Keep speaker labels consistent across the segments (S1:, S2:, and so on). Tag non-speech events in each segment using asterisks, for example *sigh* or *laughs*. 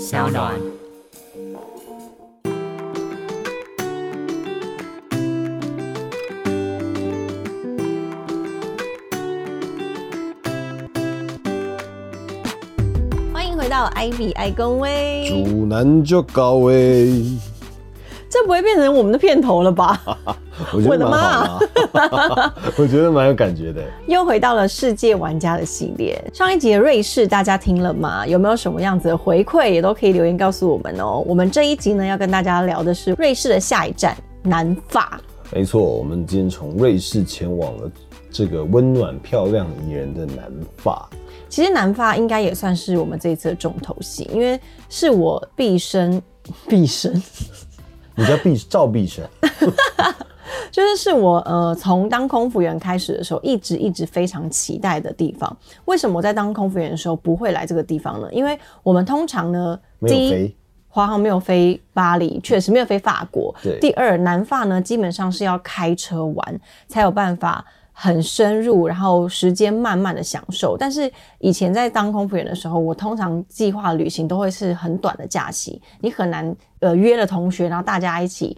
S1: 小暖。
S2: 欢迎回到艾比爱公威，
S3: 主男就高位，
S2: 这不会变成我们的片头了吧？
S3: 我觉
S2: 我
S3: 得
S2: 的
S3: 蛮好的，啊 *laughs* 我觉得蛮有感觉的。
S2: 又回到了世界玩家的系列。上一集的瑞士大家听了吗？有没有什么样子的回馈，也都可以留言告诉我们哦。我们这一集呢，要跟大家聊的是瑞士的下一站南法。
S3: 没错，我们今天从瑞士前往了这个温暖、漂亮、宜人的南法。
S2: 其实南法应该也算是我们这一次的重头戏，因为是我毕生、 *laughs* 毕生，
S3: 你叫毕赵毕生，
S2: 就是是我呃从当空服员开始的时候，一直一直非常期待的地方。为什么我在当空服员的时候不会来这个地方呢？因为我们通常呢，
S3: 没有
S2: 第一
S3: 肥，
S2: 华航没有飞巴黎，确实没有飞法国。
S3: 对
S2: 第二，南法呢，基本上是要开车玩才有办法很深入，然后时间慢慢的享受。但是以前在当空服员的时候，我通常计划旅行都会是很短的假期，你很难呃约了同学，然后大家一起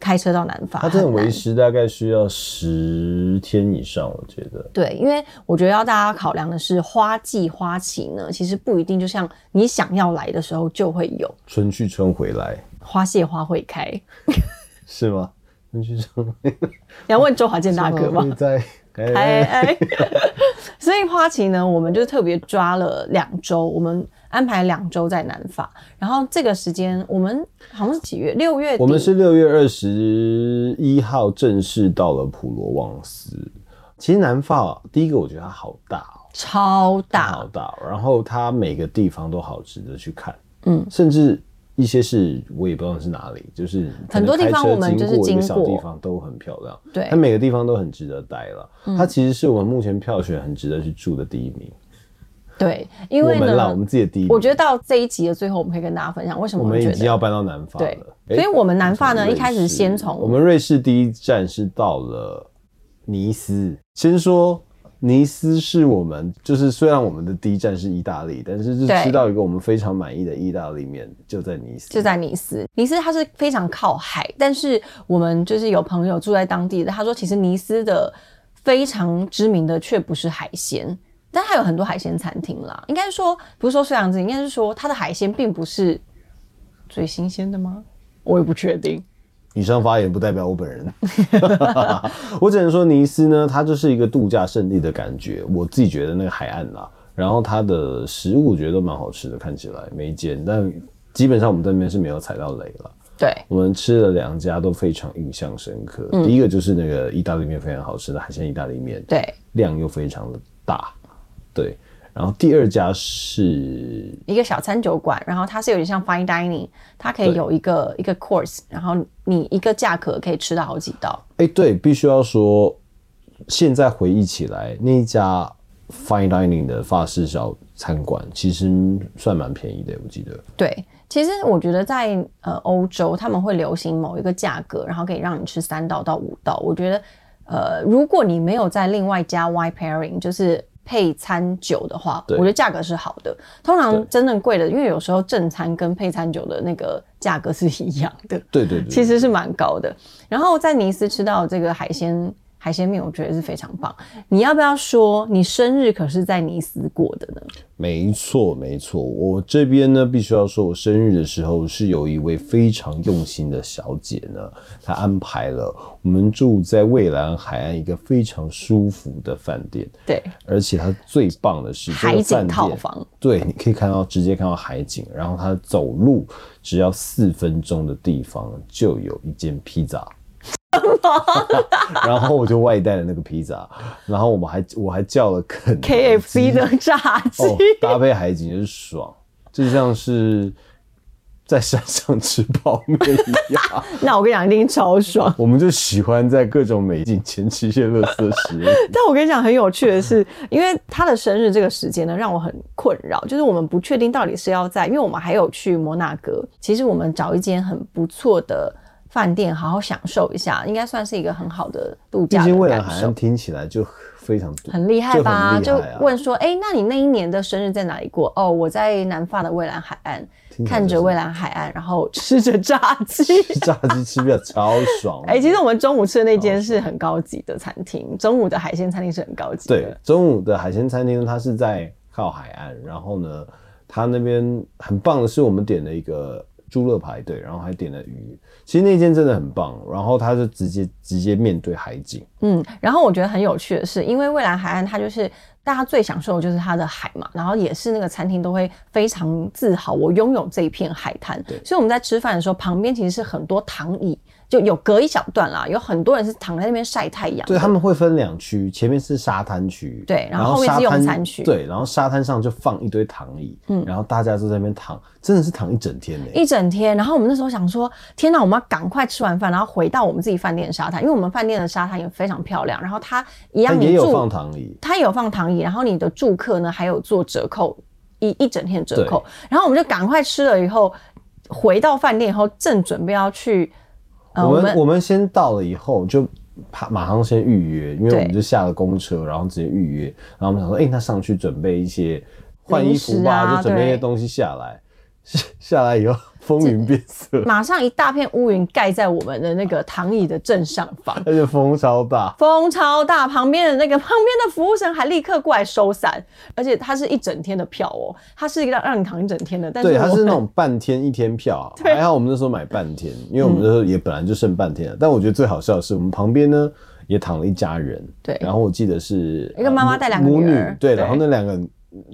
S2: 开车到南法。
S3: 它这种
S2: 很难
S3: 维持大概需要十天以上，我觉得。
S2: 对，因为我觉得要大家考量的是花季花期呢，其实不一定就像你想要来的时候就会有，
S3: 春去春回来
S2: 花谢花会开。
S3: 是吗？春去春回
S2: 你要问周华健大哥 *laughs* 吗？
S3: 在哎
S2: 哎哎， *laughs* 所以花旗呢，我们就特别抓了两周，我们安排两周在南法，然后这个时间我们好像是几月？六月底。
S3: *laughs* 我们是六月二十一号正式到了普罗旺斯。其实南法第一个，我觉得它好大哦，
S2: 超
S3: 好
S2: 大，
S3: 大哦。然后它每个地方都好值得去看，
S2: 嗯，
S3: 甚至一些是我也不知道是哪里，就是可
S2: 很
S3: 能
S2: 多地方
S3: 开车
S2: 我们就是
S3: 经
S2: 经
S3: 一
S2: 过
S3: 个小地方都很漂亮，
S2: 对嗯
S3: 它每个地方都很值得待了。它其实是我们目前票选很值得去住的第一名，
S2: 对，因为
S3: 我们啦，我
S2: 呢，
S3: 们自己的第一名。
S2: 我觉
S3: 得
S2: 得到这一集的最后，我们可以跟大家分享为什么我
S3: 我
S2: 们
S3: 们
S2: 觉
S3: 已经要
S2: 得
S3: 搬到南法
S2: 对
S3: 了，，
S2: 所以我们南法呢
S3: 瑞
S2: 一开始
S3: 士
S2: 先从
S3: 我们瑞士第一站是到了尼斯。先说尼斯是我们就是虽然我们的第一站是意大利，但是是
S2: 对
S3: 吃到一个我们非常满意的意大利面，就在尼斯。
S2: 就在尼斯，尼斯它是非常靠海，但是我们就是有朋友住在当地的，他说其实尼斯的非常知名的却不是海鲜，但它有很多海鲜餐厅啦。应该说不是说虽然子，应该是说它的海鲜并不是最新鲜的吗？我也不确定。
S3: 以上发言不代表我本人， *laughs* 我只能说尼斯呢，它就是一个度假胜地的感觉。我自己觉得那个海岸啦、然后它的食物我觉得都蛮好吃的，看起来每一间，但基本上我们这边是没有踩到雷了。
S2: 对，
S3: 我们吃了两家都非常印象深刻。
S2: 嗯
S3: 第一个就是那个意大利面非常好吃的海鲜意大利面，
S2: 对，
S3: 量又非常的大，对。然后第二家是
S2: 一个小餐酒馆，然后它是有点像 fine dining，它可以
S3: 对
S2: 有一个一个 course，然后你一个价格可以吃到好几道。
S3: 哎、对，必须要说，现在回忆起来，那一家 fine dining 的法式小餐馆其实算蛮便宜的，我记得。
S2: 对，其实我觉得在呃欧洲，他们会流行某一个价格，然后可以让你吃三道到五道。我觉得，呃，如果你没有再另外加 wine pairing，就是配餐酒的话，我
S3: 对
S2: 觉得价格是好的。通常
S3: 对
S2: 真正贵的，因为有时候正餐跟配餐酒的那个价格是一样的，
S3: 对对对，
S2: 其实是蛮高的。然后在尼斯吃到这个海鲜海鲜面，我觉得是非常棒。你要不要说你生日可是在尼斯过的呢？
S3: 没错没错。我这边呢，必须要说，我生日的时候是有一位非常用心的小姐呢，她安排了我们住在蔚蓝海岸一个非常舒服的饭店，
S2: 对，
S3: 而且它最棒的是这个
S2: 海景
S3: 饭
S2: 套
S3: 店
S2: 房。
S3: 对，你可以看到直接看到海景，然后它走路只要四分钟的地方就有一间披
S2: *laughs*
S3: 萨。然后我就外带了那个披萨，然后我们还我还叫了肯德基
S2: KFC 的炸鸡、
S3: 哦，搭配海景就是爽，就像是在山上吃泡面
S2: *laughs*
S3: 一样。
S2: *laughs* 那我跟你讲，一定超
S3: *laughs*
S2: 爽。
S3: 我们就喜欢在各种美景前吃一些垃圾食物。
S2: 但我跟你讲，很有趣的是，因为他的生日这个时间呢，让我很困扰，就是我们不确定到底是要在，因为我们还有去摩纳哥，其实我们找一间很不错的饭店，好好享受一下，应该算是一个很好的度
S3: 毕
S2: 假
S3: 竟
S2: 的
S3: 蔚蓝
S2: 感
S3: 海
S2: 受
S3: 岸。听起来就非常多
S2: 很厉害吧？
S3: 就
S2: 就
S3: 很厉害啊
S2: 问说，哎、那你那一年的生日在哪里过？哦，我在南法的蔚蓝海岸。
S3: 听起来
S2: 看
S3: 就
S2: 着
S3: 是
S2: 蔚蓝海岸，然后吃着炸鸡。
S3: 炸鸡 *laughs* 吃不了超爽。
S2: 哎、其实我们中午吃的那间是很高级的餐厅，中午的海鲜餐厅是很高级的。
S3: 对，中午的海鲜餐厅呢它是在靠海岸，然后呢，它那边很棒的是我们点了一个猪肋排队，然后还点了鱼，其实那间真的很棒，然后它就直接直接面对海景，
S2: 嗯，然后我觉得很有趣的是，因为蔚蓝海岸它就是大家最享受的就是它的海嘛，然后也是那个餐厅都会非常自豪，我拥有这一片海滩
S3: 对。
S2: 所以我们在吃饭的时候，旁边其实是很多躺椅，就有隔一小段啦，有很多人是躺在那边晒太阳。
S3: 对，他们会分两区，前面是沙滩区，
S2: 对然后后面是
S3: 沙滩
S2: 用餐区
S3: 对，然后沙滩上就放一堆躺椅，嗯，然后大家都在那边躺，真的是躺一整天呢、
S2: 一整天。然后我们那时候想说，天哪，我们要赶快吃完饭，然后回到我们自己饭店的沙滩，因为我们饭店的沙滩也非常漂亮。然后它一样
S3: 但也
S2: 你
S3: 有
S2: 住，
S3: 放躺椅，
S2: 它也有放躺椅，然后你的住客呢还有做折扣一一整天的折扣。然后我们就赶快吃了以后，回到饭店以后，正准备要去，呃，
S3: 我
S2: 我
S3: 们
S2: 们
S3: 我们先到了以后就怕马上先预约，因为
S2: 对
S3: 我们就下了公车，然后直接预约。然后我们想说，哎、那上去准备一些换衣
S2: 零
S3: 服吧，
S2: 食啊
S3: 就准备一些
S2: 对
S3: 东西下来。下下来以后风云变色，
S2: 马上一大片乌云盖在我们的那个躺椅的正上方。
S3: 而且风超大。
S2: 风超大，旁边的那个旁边的服务生还立刻过来收伞，而且它是一整天的票哦，它是一个让让你躺一整天的， *laughs* 但是
S3: 对，它
S2: 我
S3: 是那种半天一天
S2: *laughs*
S3: 票，还好我们那时候买半天，因为我们
S2: 嗯
S3: 那时候也本来就剩半天了。但我觉得最好笑的是，我们旁边呢也躺了一家人，
S2: 对
S3: 然后我记得是呃
S2: 一个妈妈带两个
S3: 母
S2: 女
S3: 女
S2: 儿，
S3: 对，
S2: 对
S3: 然后那两个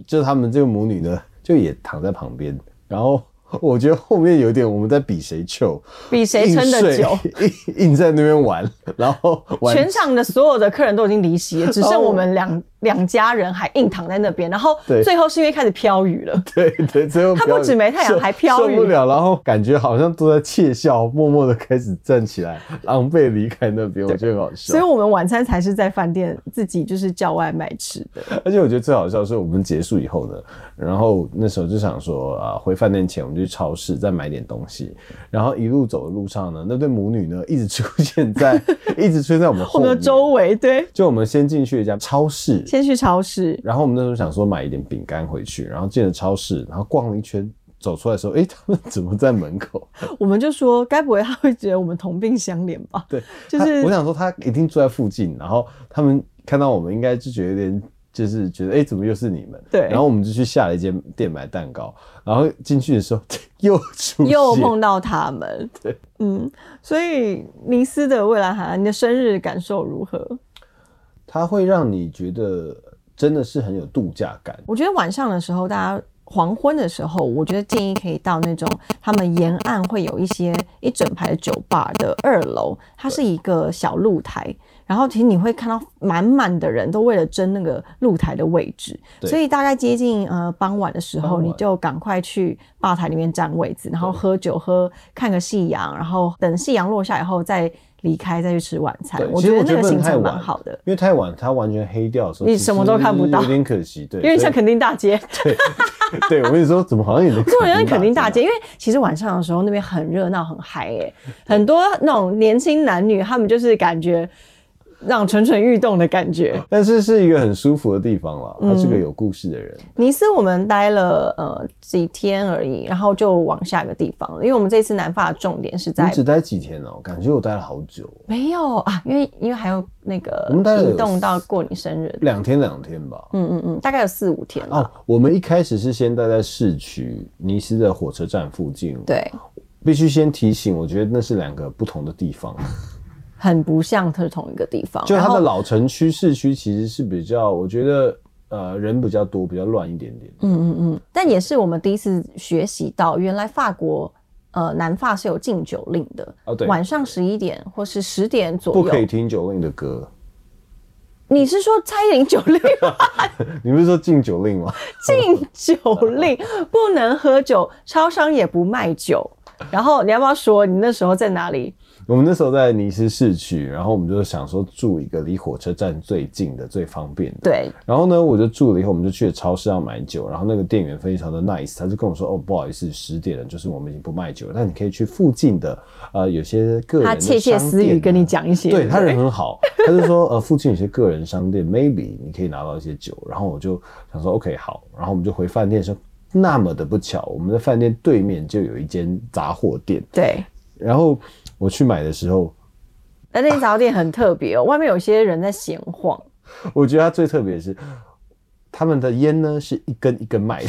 S3: 就是他们这个母女呢，就也躺在旁边，然后。我觉得后面有点我们在比谁糗，
S2: 比谁撑得久。
S3: 硬睡， *laughs* 硬硬在那边玩，然后玩
S2: 全场的所有的客人都已经离席
S3: *laughs*
S2: 了，只剩我们两两家人还硬躺在那边。然后
S3: 哦对
S2: 最后是因为开始飘雨了，
S3: 对对，最后
S2: 它
S3: 飘
S2: 不止没太阳
S3: 受
S2: 还飘雨
S3: 受不了，然后感觉好像都在窃笑，默默的开始站起来，狼狈离开那边，我觉得很好
S2: 所
S3: 笑
S2: 以。我们晚餐才是在饭店自己就是叫外卖吃的。
S3: 而且我觉得最好笑的是，我们结束以后呢，然后那时候就想说啊、回饭店前我们去超市再买点东西，然后一路走的路上呢，那对母女呢一直出
S2: *laughs*
S3: 现在，一直出现在我们
S2: 我
S3: 后
S2: 们的
S3: 面。
S2: 周围，对，
S3: 就我们先进去一家超市，
S2: 先去超市，
S3: 然后我们那时候想说买一点饼干回去，然后进了超市，然后逛了一圈，走出来的时候，诶，他们怎么在门口？
S2: 我们就说，该不会他会觉得我们同病相怜吧？
S3: 对，
S2: *laughs* 就
S3: 他
S2: 是
S3: 我想说他一定住在附近，然后他们看到我们应该就觉得有点。就是觉得哎、诶怎么又是你们？
S2: 对
S3: 然后我们就去下了一间店买蛋糕，然后进去的时候 *laughs* 又出现，
S2: 又碰到他们。对，嗯，所以尼斯的未来海岸，你的生日感受如何？
S3: 它会让你觉得真的是很有度假感。
S2: 我觉得晚上的时候，大家黄昏的时候，我觉得建议可以到那种他们沿岸会有一些一整排的酒吧的二楼，它是一个小露台。然后其实你会看到满满的人都为了争那个露台的位置，
S3: 对
S2: 所以大概接近呃傍晚的时
S3: 傍
S2: 候，
S3: 晚
S2: 你就赶快去吧台里面占位子，然后喝酒喝看个夕阳，然后等夕阳落下以后再离开再去吃晚餐
S3: 对。
S2: 我觉
S3: 其实
S2: 得
S3: 我觉
S2: 那
S3: 得
S2: 个
S3: 不能
S2: 行
S3: 太
S2: 程蛮
S3: 晚
S2: 好的，
S3: 因为太晚，它完全黑掉的时候，
S2: 你
S3: 其实
S2: 什么都看不到
S3: 有点可惜。对，
S2: 有点像
S3: 所以
S2: 垦丁大街。
S3: 对，我跟你说，怎么好像有
S2: *laughs*
S3: 点
S2: 这种人肯定大
S3: 街
S2: 街，因为其实晚上的时候那边很热闹，很嗨耶、很多那种年轻男女，他们就是感觉那种蠢蠢欲动的感觉。
S3: 但是是一个很舒服的地方了。他是
S2: 嗯
S3: 个有故事的人，
S2: 尼斯我们待了呃几天而已，然后就往下一个地方了，因为我们这次南法的重点是在
S3: 你只待几天哦、感觉我待了好久哦，
S2: 没有啊，因为因为还有那个
S3: 我们待了有
S2: 移动到过你生日，
S3: 两天两天吧。
S2: 嗯嗯嗯，大概有四五天了。
S3: 哦，我们一开始是先待在市区尼斯的火车站附近，，
S2: 对，
S3: 必须先提醒，我觉得那是两个不同的地方。
S2: 很不像它是同一个地方。
S3: 就
S2: 然
S3: 它的
S2: 后
S3: 老城区、市区其实是比较，我觉得呃人比较多，比较乱一点点。
S2: 嗯但也是我们第一次学习到，原来法国呃南法是有禁酒令的，
S3: 哦对
S2: 晚上十一点或是十点左
S3: 不
S2: 右，
S3: 可以听酒令的歌，
S2: 你是说蔡依林酒
S3: *laughs*
S2: 令吗
S3: 你不是说禁酒令吗？
S2: 禁酒令不能喝酒，超商也不卖酒。然后你要不要说你那时候在哪里？
S3: 我们那时候在尼斯市区，然后我们就想说住一个离火车站最近的、最方便的。
S2: 对，
S3: 然后呢，我就住了以后，我们就去了超市要买酒，然后那个店员非常的 nice，他就跟我说，哦，不好意思，十点了，就是我们已经不卖酒了，但你可以去附近的，呃，有些个人
S2: 他
S3: 的
S2: 窃窃
S3: 商
S2: 私
S3: 店
S2: 语
S3: 啊
S2: 跟你，讲一些，
S3: 对他人很好，他就说，呃，附近有些个人商店，maybe 你可以拿到一些酒，然后我就想说，OK，好，然后我们就回饭店的时候，那么的不巧，我们的饭店对面就有一间杂货店，
S2: 对，
S3: 然后我去买的时候，
S2: 但那间早点很特别哦，外面有些人在闲
S3: *laughs*
S2: 晃，
S3: 我觉得它最特别的是，他们的烟呢是一根一根卖的，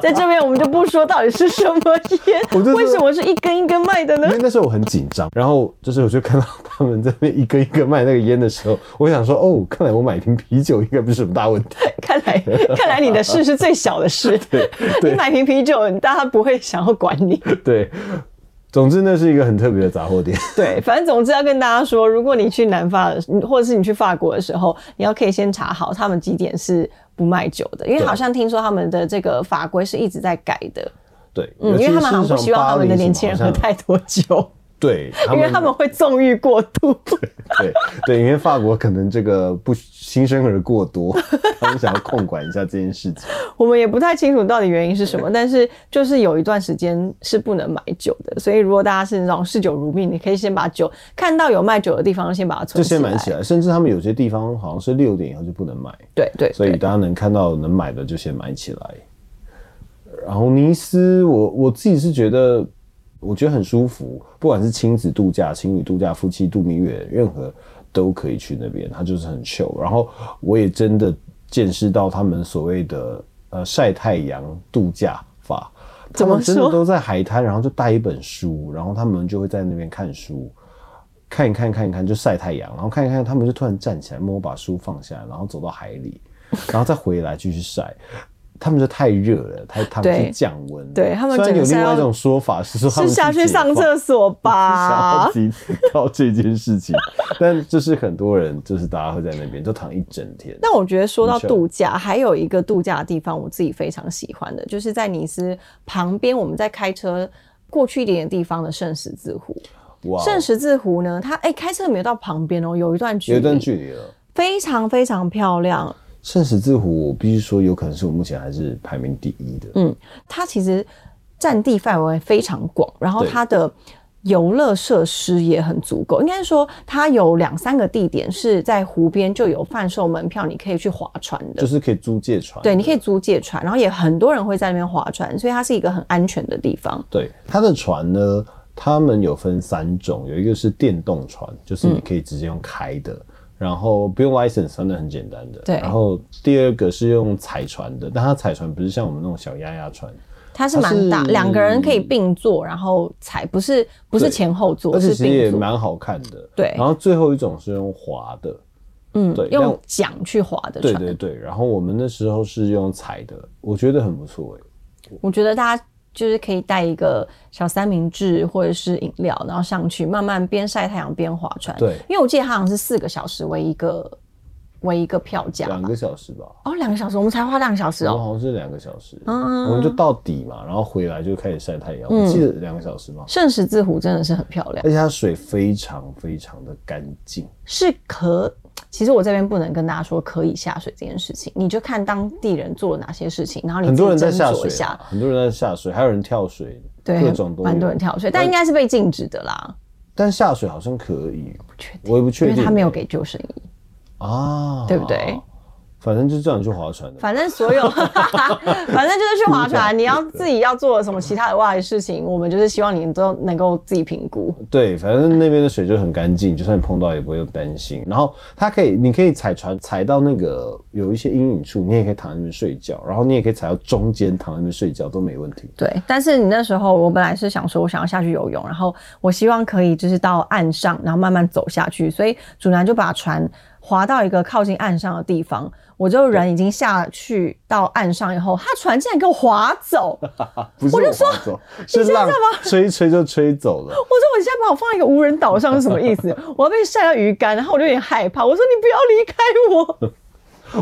S2: 在这边我们就不说到底是什么
S3: 我就
S2: 烟，
S3: 是
S2: 为什么是一根一根卖的呢
S3: 因？为那时候我很紧张，然后就是我就看到他们在那一根一根卖那个烟的时候，我想说哦，看来我买一瓶啤酒应该不是什么大问题，
S2: *laughs* 看来，看来你的事是最小的事。
S3: *laughs*
S2: *laughs*
S3: 对
S2: 你买瓶啤酒，大家不会想要管
S3: *laughs*
S2: 你。
S3: 对。总之，那是一个很特别的杂货店。
S2: 对，反正总之要跟大家说，如果你去南法的时，或者是你去法国的时候，你要可以先查好他们几点是不卖酒的，因为
S3: 对
S2: 好像听说他们的这个法规是一直在改的。
S3: 对，
S2: 嗯，因为他们好像不希望他们的年轻人喝
S3: 很
S2: 太多酒，
S3: 对，
S2: 因为他们会纵欲过度。
S3: 对对，因为法国可能这个不新生儿过多，
S2: *laughs*
S3: 他们想要控管一下这件事情。
S2: 我们也不太清楚到底原因是什么，但是就是有一段时间是不能买酒的，所以如果大家是那种嗜酒如命，你可以先把酒看到有卖酒的地方先把它
S3: 就
S2: 存起来。
S3: 先买起来，甚至他们有些地方好像是六点以后就不能买，
S2: 对对
S3: 所以
S2: 对
S3: 大家能看到能买的就先买起来。然后尼斯，我我自己是觉得，我觉得很舒服，不管是亲子度假、情侣度假、夫妻度蜜月，任何都可以去那边，它就是很 chill。然后我也真的见识到他们所谓的呃晒太阳度假法，他
S2: 怎么
S3: 们真的
S2: 说
S3: 都在海滩，然后就带一本书，然后他们就会在那边看书。看一看，看一看，就晒太阳，然后看一看，他们就突然站起来，摸把书放下，然后走到海
S2: *laughs*
S3: 里，然后再回来继续晒。他们就太热了，太他们
S2: 对
S3: 是降温。
S2: 对他们
S3: 虽然有
S2: 整个
S3: 另
S2: 晒
S3: 外
S2: 到
S3: 一种说法是说他
S2: 是
S3: 们
S2: 下
S3: 去
S2: 去
S3: 解
S2: 上
S3: 放
S2: 厕所
S3: *laughs*
S2: 啊
S3: 想
S2: 吧
S3: 要？知道这件事情， *laughs* 但就是很多人就是大家会在那边就躺一整天。
S2: 但我觉得说到
S3: 很久
S2: 度假，还有一个度假的地方我自己非常喜欢的，就是在尼斯旁边，我们在开车过去一点点地方的圣十字湖。
S3: 哇哦
S2: 圣十字湖呢，它哎、开车没有到旁边哦，有一段距离，
S3: 有一段距离了。
S2: 非常非常漂亮。
S3: 圣十字湖，我必须说，有可能是我目前还是排名第一
S2: 嗯
S3: 的。
S2: 它其实占地范围非常广，然后
S3: 对
S2: 它的游乐设施也很足够。应该说，它有两三个地点是在湖边就有贩售门票，你可以去划船的。
S3: 就是可以租借船。
S2: 对，你可以租借船，然后也很多人会在那边划船，所以它是一个很安全的地方。
S3: 对，它的船呢，他们有分三种，有一个是电动船，就是你可以直接用开的，然后不用 license，反正很简单的。
S2: 对
S3: 然后第二个是用踩船的，但它踩船不是像我们那种小鸭鸭船，
S2: 它是蛮大，
S3: 它是
S2: 两个人可以并坐，然后踩，不是不是
S3: 对
S2: 前后
S3: 而
S2: 坐，
S3: 且
S2: 是
S3: 其实也
S2: 并坐。
S3: 蛮好看的。
S2: 对
S3: 然后最后一种是用滑的，
S2: 嗯
S3: 对，但
S2: 用
S3: 我
S2: 桨去划的
S3: 对
S2: 船，
S3: 对对。然后我们那时候是用踩的，我觉得很不错欸诶、
S2: 哎我觉得大家就是可以带一个小三明治或者是饮料，然后上去慢慢边晒太阳边划船。
S3: 对
S2: 因为我记得它好像是四个小时为一个为一个票价
S3: 两
S2: 吧。
S3: 个小时吧。
S2: 哦，两个小时，我们才花两个小时
S3: 我们
S2: 哦。
S3: 好像是两个小时，
S2: 嗯
S3: 我们就到底嘛，然后回来就开始晒太阳。我记得两个小时嘛，
S2: 圣十字湖真的是很漂亮，
S3: 而且它水非常非常的干净。
S2: 是可。其实我这边不能跟大家说可以下水这件事情，你就看当地人做了哪些事情，然后你
S3: 很多人
S2: 自
S3: 在
S2: 己斟
S3: 下
S2: 酌一
S3: 水
S2: 下
S3: 啊，。很多人在下水，还有人跳水，
S2: 对，
S3: 各种都有
S2: 蛮多人。跳水，但应该是被禁止的啦，
S3: 但下水好像可以，
S2: 不确定，
S3: 我也不确
S2: 因
S3: 定，
S2: 为他没有给救生衣。
S3: 啊，
S2: 对不对？
S3: 反正就这样去划船的。
S2: 反正所有， *laughs* 反正就是去划船，你要自己要做什么其他额外的事情，我们就是希望你都能够自己评估。
S3: 对，反正那边的水就很干净，就算碰到也不会担心。然后它可以，你可以踩船踩到那个有一些阴影处，你也可以躺在那边睡觉，然后你也可以踩到中间躺在那边睡觉都没问题。
S2: 对，但是你那时候，我本来是想说，我想要下去游泳，然后我希望可以就是到岸上，然后慢慢走下去，所以主男就把船划到一个靠近岸上的地方，我就人已经下去到岸上以后，他船竟然给我划走，我
S3: 不是我划走，是浪吹一吹就吹走了。
S2: 说我现在把我放在一个无人岛上是什么意思？我要被晒到鱼竿，然后我就有点害怕，我说你不要离开我。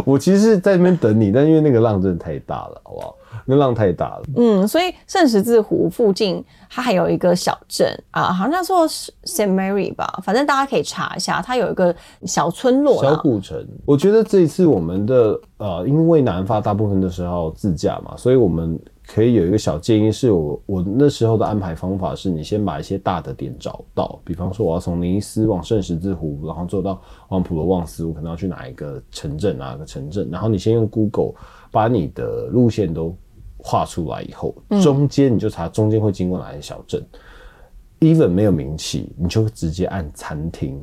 S3: 我其实是在那边等你，但因为那个浪真的太大了，好不好？那浪太大了。
S2: 嗯，所以圣十字湖附近它还有一个小镇啊，好像叫做 Saint Mary 吧，反正大家可以查一下，它有一个小村落
S3: 小
S2: 啦。
S3: 古城，我觉得这一次我们的呃，因为南发大部分的时候自驾嘛，所以我们可以有一个小建议，是我我那时候的安排方法是，你先把一些大的点找到，比方说我要从尼斯往圣十字湖，然后坐到往普罗旺斯，我可能要去哪一个城镇，哪个城镇，然后你先用 Google。把你的路线都画出来以后，中间你就查中间会经过哪些小镇。even 没有名气，你就直接按餐厅，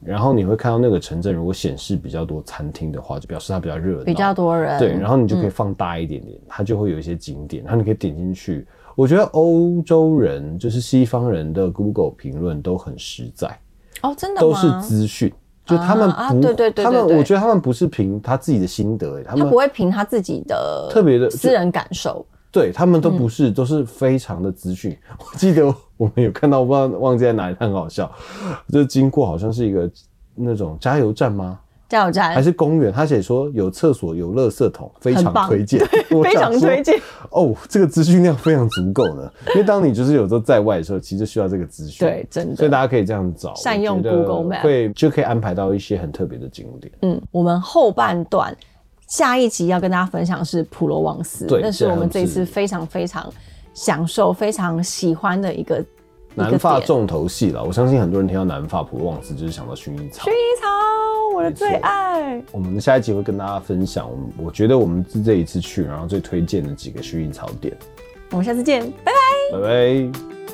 S3: 然后你会看到那个城镇如果显示比较多餐厅的话，就表示它比较热闹，
S2: 比较多人，
S3: 对，然后你就可以放大一点点，它就会有一些景点，然后你可以点进去。我觉得欧洲人就是西方人的 Google 评论都很实在，
S2: 哦，真的
S3: 都
S2: 吗？
S3: 是资讯，就他们不，
S2: 啊啊对对对
S3: 他们
S2: 对对
S3: 我觉得他们不是凭他自己的心得、欸，他
S2: 他
S3: 们
S2: 不会凭他自己的
S3: 特别的就
S2: 私人感受，
S3: 对他们都
S2: 嗯
S3: 不是，都是非常的资讯。 *laughs* 我记得我们有看到，我不知道忘记在哪里，很好笑，就经过好像是一个那种加油站吗？
S2: 加油站
S3: 还是公园？他写说有厕所，有垃圾桶，非常
S2: 哎很棒
S3: 推荐， *laughs* 我
S2: 非
S3: 想
S2: 常
S3: 说
S2: 推荐。
S3: 哦，这个资讯量非常足够呢，因为当你就是有时候在外的时候，其实就需要这个资讯，
S2: 对真的
S3: 所以大家可以这样找，
S2: 善用
S3: 我觉得
S2: Google Map
S3: 会就可以安排到一些很特别的景点。
S2: 嗯，我们后半段下一集要跟大家分享的是普罗旺斯，
S3: 对
S2: 那是我们这一
S3: 这
S2: 次
S3: 样子
S2: 非常非常享受、非常喜欢的一个一
S3: 南
S2: 个
S3: 发
S2: 点。薰
S3: 重头戏了，我相信很多人听到南发普罗旺斯就是想到薰衣草。
S2: 衣草，我的
S3: 没错
S2: 最爱。
S3: 我们下一集会跟大家分享，我们我觉得我们是这一次去，然后最推荐的几个薰衣草点。
S2: 我们下次见，拜拜。
S3: 拜拜。